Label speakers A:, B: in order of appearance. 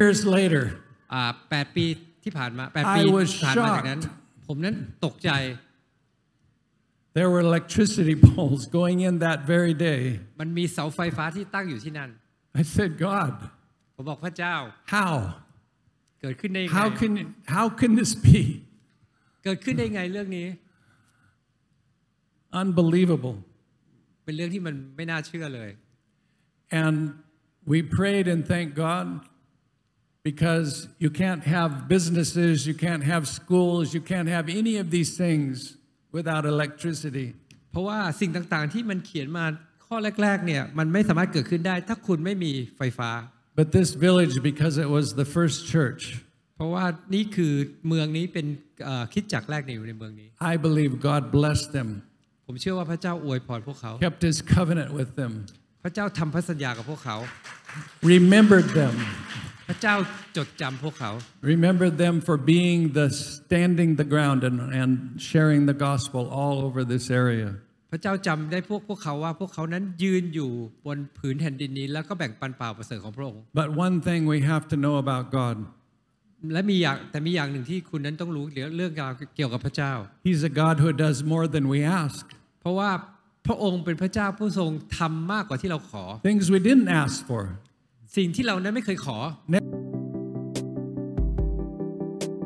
A: years later,
B: อ่าแปดปีที่ผ่านมาแปด
A: I
B: ปี
A: was
B: ผ่านมาจากนั้น
A: shocked.
B: ผมนั้นตกใจ
A: there were electricity poles going in that very day.
B: มันมีเสาไฟฟ้าที่ตั้งอยู่ที่นั่น
A: I said, God,
B: ผมบอกพระเจ้า
A: how?
B: เกิดขึ้นได้ยังไง
A: How can, how can this be?
B: เกิดขึ้นได้ไงเรื่องนี้
A: Unbelievable.
B: เป็นเรื่องที่มันไม่น่าเชื่อเลย
A: And we prayed and thanked God because you can't have businesses, you can't have schools, you can't have any of these things without electricity.
B: เพราะว่าสิ่งต่างๆที่มันเขียนมาข้อแรก ๆ เนี่ย มันไม่สามารถเกิดขึ้นได้ ถ้าคุณไม่มีไฟฟ้า
A: But this village, because it was the first church,
B: เพราะว่านี่คือเมืองนี้เป็นเอ่อคริดจักรแรกในอยู่ในเมืองนี้
A: I believe God blessed them,
B: ผมเชื่อว่าพระเจ้าอวยพรพวกเขา
A: kept his covenant with them,
B: พระเจ้าทำพันธสัญญากับพวกเขา
A: remembered them,
B: พระเจ้าจดจำพวกเขา
A: remembered them for being the standing the ground and, and sharing the gospel all over this area.
B: พระเจ้าจำได้พวกพวกเขาว่าพวกเขานั้นยืนอยู่บนผืนแผ่นดินนี้ แล้วก็แบ่งปันเปล่าประเสริฐของพระองค์
A: But one thing we have to know about God
B: และมีอย่างแต่มีอย่างหนึ่งที่คุณนั้นต้องรู้เรื่องราวเกี่ยวกับพระเจ้า
A: He's a God who does more than we ask.
B: เพราะว่าพระองค์เป็นพระเจ้าผู้ทรงทำมากกว่าที่เราขอ
A: Things we didn't ask for.
B: สิ่งที่เรานั้นไม่เคยขอ